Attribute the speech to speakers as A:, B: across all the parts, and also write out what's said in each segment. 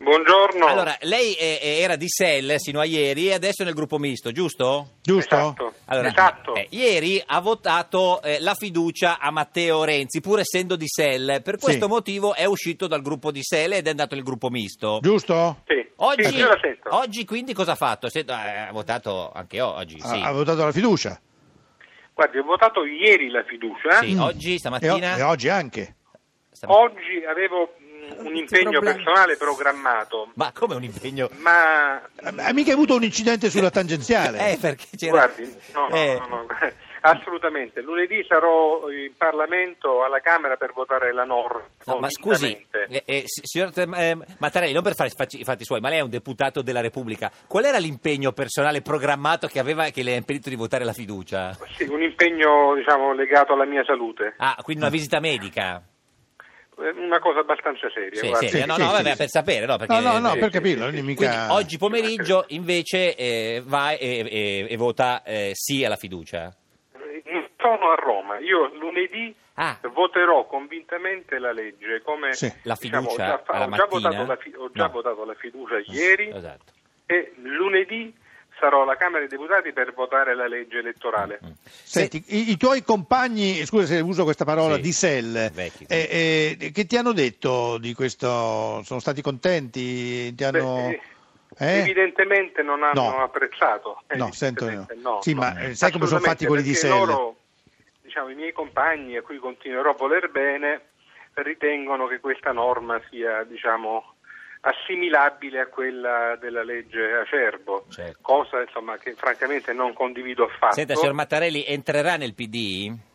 A: Buongiorno.
B: Allora, lei eh, eh, era di SEL sino a ieri e adesso è nel gruppo misto, giusto?
C: Giusto?
A: Esatto.
B: Allora,
A: Esatto.
B: eh, ieri ha votato eh, la fiducia a Matteo Renzi, pur essendo di SEL. Per questo
C: Sì.
B: motivo è uscito dal gruppo di SEL ed è andato nel gruppo misto.
C: Giusto?
A: Sì.
B: Oggi,
A: Sì, io la sento.
B: oggi quindi cosa ha fatto? Sento- eh, ha votato anche oggi, sì.
C: Ha,
A: Ah,
C: ha votato la fiducia.
A: Guardi, ho votato ieri la fiducia. eh.
B: Sì, oggi,
C: E, o-
B: stamattina...
C: e oggi anche.
B: stamattina-
A: Oggi avevo mh, un impegno personale programmato,
B: Ma come un impegno...
A: ma
C: Eh, Ha mica avuto un incidente sulla tangenziale.
B: Eh, perché c'era...
A: guardi, no, no,
B: Eh,
A: no, no, assolutamente. Lunedì sarò in Parlamento alla Camera per votare la NOR.
B: No, ma scusi,
A: convintamente.
B: eh, eh, si- signor Tem- eh, Mattarelli, non per fare facci- i fatti suoi, ma lei è un deputato della Repubblica. Qual era l'impegno personale programmato che aveva e che le ha impedito di votare la fiducia?
A: Sì, un impegno diciamo, legato alla mia salute,
B: Ah, quindi una visita medica?
A: Eh, una cosa abbastanza seria.
B: Sì,
A: guardi.
B: seria.
C: Sì,
B: no,
C: sì,
B: no,
C: sì,
B: vabbè,
C: sì.
B: per sapere, no? Perché, eh,
C: No, no, no,
A: sì,
C: per
A: sì, sì,
C: capirlo. non è
A: sì.
B: Quindi
C: mica...
B: oggi pomeriggio invece eh, va e, e- e vota eh, sì alla fiducia.
A: Eh, Sono a Roma, io lunedì
B: Ah,
A: Voterò convintamente la legge come
C: Sì.
B: La
A: diciamo,
B: fiducia
A: ho già, fa-
B: alla
A: ho già
B: mattina?
A: votato la, fi- ho già
B: No.
A: votato la fiducia ieri
B: esatto.
A: e lunedì sarò alla Camera dei Deputati per votare la legge elettorale.
B: Mm,
C: Senti, i, i tuoi compagni, scusa se uso questa parola,
B: Sì,
C: di SEL,
B: vecchi.
C: eh, eh, che ti hanno detto di questo? Sono stati contenti? Ti
A: Beh,
C: hanno...
A: eh,
C: eh?
A: Evidentemente non hanno
C: No.
A: apprezzato. eh,
C: No, sento di no.
A: evidentemente
C: Sì, ma, eh, sai come sono fatti quelli di
A: Assolutamente,
C: Sell?
A: perché loro, diciamo, i miei compagni a cui continuerò a voler bene ritengono che questa norma sia, diciamo, assimilabile a quella della legge Acerbo,
B: Certo.
A: cosa insomma che francamente non condivido affatto.
B: Senta, signor Mattarelli, entrerà nel PD?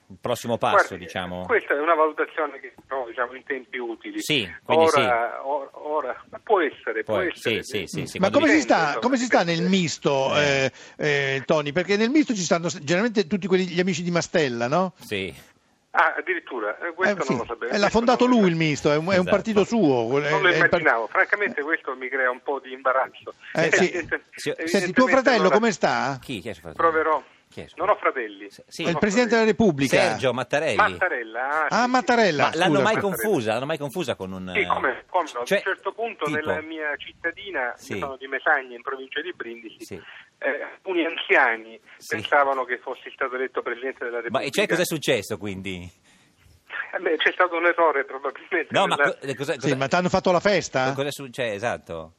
B: Il prossimo passo,
A: Guardi,
B: diciamo?
A: Questa è una valutazione che farò, diciamo, in tempi utili.
B: Sì, quindi
A: ora, or- ora- ma può essere, può
B: Poi-
A: essere.
B: sì, sì, sì, sì,
C: Ma
B: quando
C: come
B: lui-
C: si,
A: Dipende,
C: sta,
A: insomma,
C: come si sta nel
A: dipende.
C: misto, eh, eh, Tony? Perché nel misto ci stanno generalmente tutti quelli, gli amici di Mastella, no?
B: Sì.
A: Ah, addirittura, eh, questo
C: Eh, sì.
A: non lo sapevo.
C: Eh, L'ha
A: questo
C: fondato
A: non lo
C: lui il
A: sapevo.
C: misto, è un, è un
B: Esatto.
C: partito suo. è-
A: Non lo
C: è il par-
A: immaginavo, francamente questo mi crea un po' di imbarazzo.
C: Eh, sì.
A: Evidente-
B: Sì, senti,
C: Senti, tuo fratello
A: allora
C: come sta?
B: Chi? Chi è suo fratello?
A: Proverò.
B: Chi è suo
A: Non ho fratelli.
B: Sì, sì.
C: È il
A: No,
C: Presidente della Repubblica.
B: Sergio Mattarelli.
A: Mattarella.
C: Ah,
A: sì,
C: Mattarella.
B: Ma l'hanno
C: scusa.
B: mai
A: Mattarella.
B: confusa? L'hanno mai confusa con un.
A: Sì, Sì, come, come no.
B: Cioè,
A: a un certo punto
B: tipo,
A: nella mia cittadina,
B: Sì.
A: io sono di Mesagna in provincia di Brindisi,
B: Sì.
A: eh, alcuni anziani
B: Sì.
A: pensavano che fossi stato eletto Presidente della Repubblica.
B: Ma cioè, cos'è successo quindi?
A: Eh, beh, c'è stato un errore probabilmente.
B: No, ma
A: nella-
B: co- eh, cosa, cosa,
C: Sì, ma eh? ti hanno fatto la festa?
B: cosa succede? Esatto.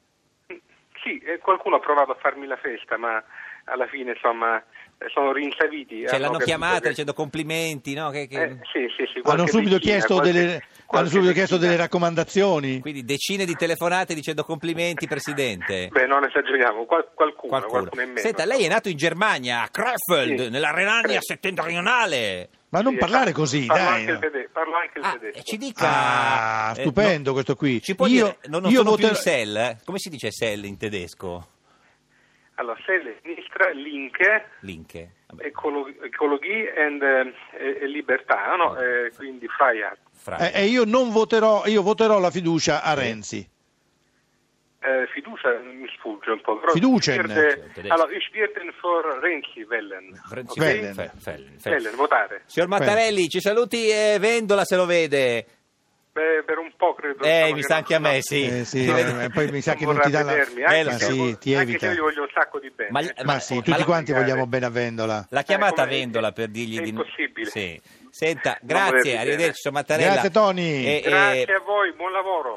A: Sì, eh, qualcuno ha provato a farmi la festa, ma alla fine insomma eh, sono rinsaviti.
B: Cioè,
A: hanno
B: l'hanno
A: capito
B: chiamata
A: che-
B: dicendo complimenti, no? Che- che-
A: Eh, sì, sì, sì,
C: Hanno
A: qualche
C: subito,
A: vicina,
C: chiesto,
A: qualche-
C: delle, hanno
A: qualche
C: subito chiesto
A: vicina.
C: delle raccomandazioni.
B: Quindi decine di telefonate dicendo complimenti, presidente.
A: Beh, non esageriamo, qual- qualcuno, qualcuno.
B: Qualcuno.
A: in meno.
B: Senta, lei è nato in Germania, a Krefeld,
A: Sì.
B: nella Renania
A: Sì.
B: settentrionale.
C: Ma non
A: Sì,
C: parlare
A: esatto.
C: così,
A: parlo
C: dai.
A: Anche il
C: no.
A: tede- parlo anche il
B: Ah,
A: tedesco.
B: ci dica.
C: Ah,
B: eh,
C: stupendo questo qui.
B: Ci può
C: Io-
B: dire, non, non
C: io
B: sono più
C: voterò-
B: in SEL. eh? Come si dice SEL in tedesco?
A: Allora, Selle, sinistra, Linke,
B: Linke. Vabbè,
A: ecolo- Ecologie and eh, e- e Libertà, no? Eh, quindi Freiheit.
B: fra-
C: Eh, eh, io non voterò, io voterò la fiducia a Renzi.
A: Eh, fiducia mi sfugge un po'. Però
C: Fiducia
A: ich
C: in-
A: werde-
B: Cioè, tedesco.
A: allora, ich werde for Renzi Wellen.
B: Renzi-
A: ok?
C: Wellen.
B: Fe- Fellen, Fellen.
A: Wellen, votare.
B: Signor Mattarelli, ci saluti e vendola se lo vede.
A: Beh, per un po' credo.
B: Eh, mi
A: insomma, che
B: sa
A: non-
B: anche a me,
A: no,
B: sì.
C: Eh, sì,
B: Ti vede-
C: eh, poi mi sa
A: non
C: che non
A: vorrà
C: ti dà la...
A: vedermi,
B: Eh,
A: anche
B: lo
C: Ma
A: se-
B: so.
C: sì, ti
A: Anche se io gli
C: evita.
A: voglio un sacco di bene.
B: Ma-
A: eh.
C: Ma sì,
B: ma
C: tutti
B: la-
C: quanti
A: eh,
C: vogliamo bene a Vendola.
B: L'ha chiamata
A: come-
B: Vendola per dirgli
A: è
B: di
A: impossibile.
B: Sì. Senta,
A: Non volervi
B: grazie,
A: bene.
B: arrivederci, signor Mattarella.
C: Grazie, Tony.
B: E- e-
A: Grazie a voi, buon lavoro.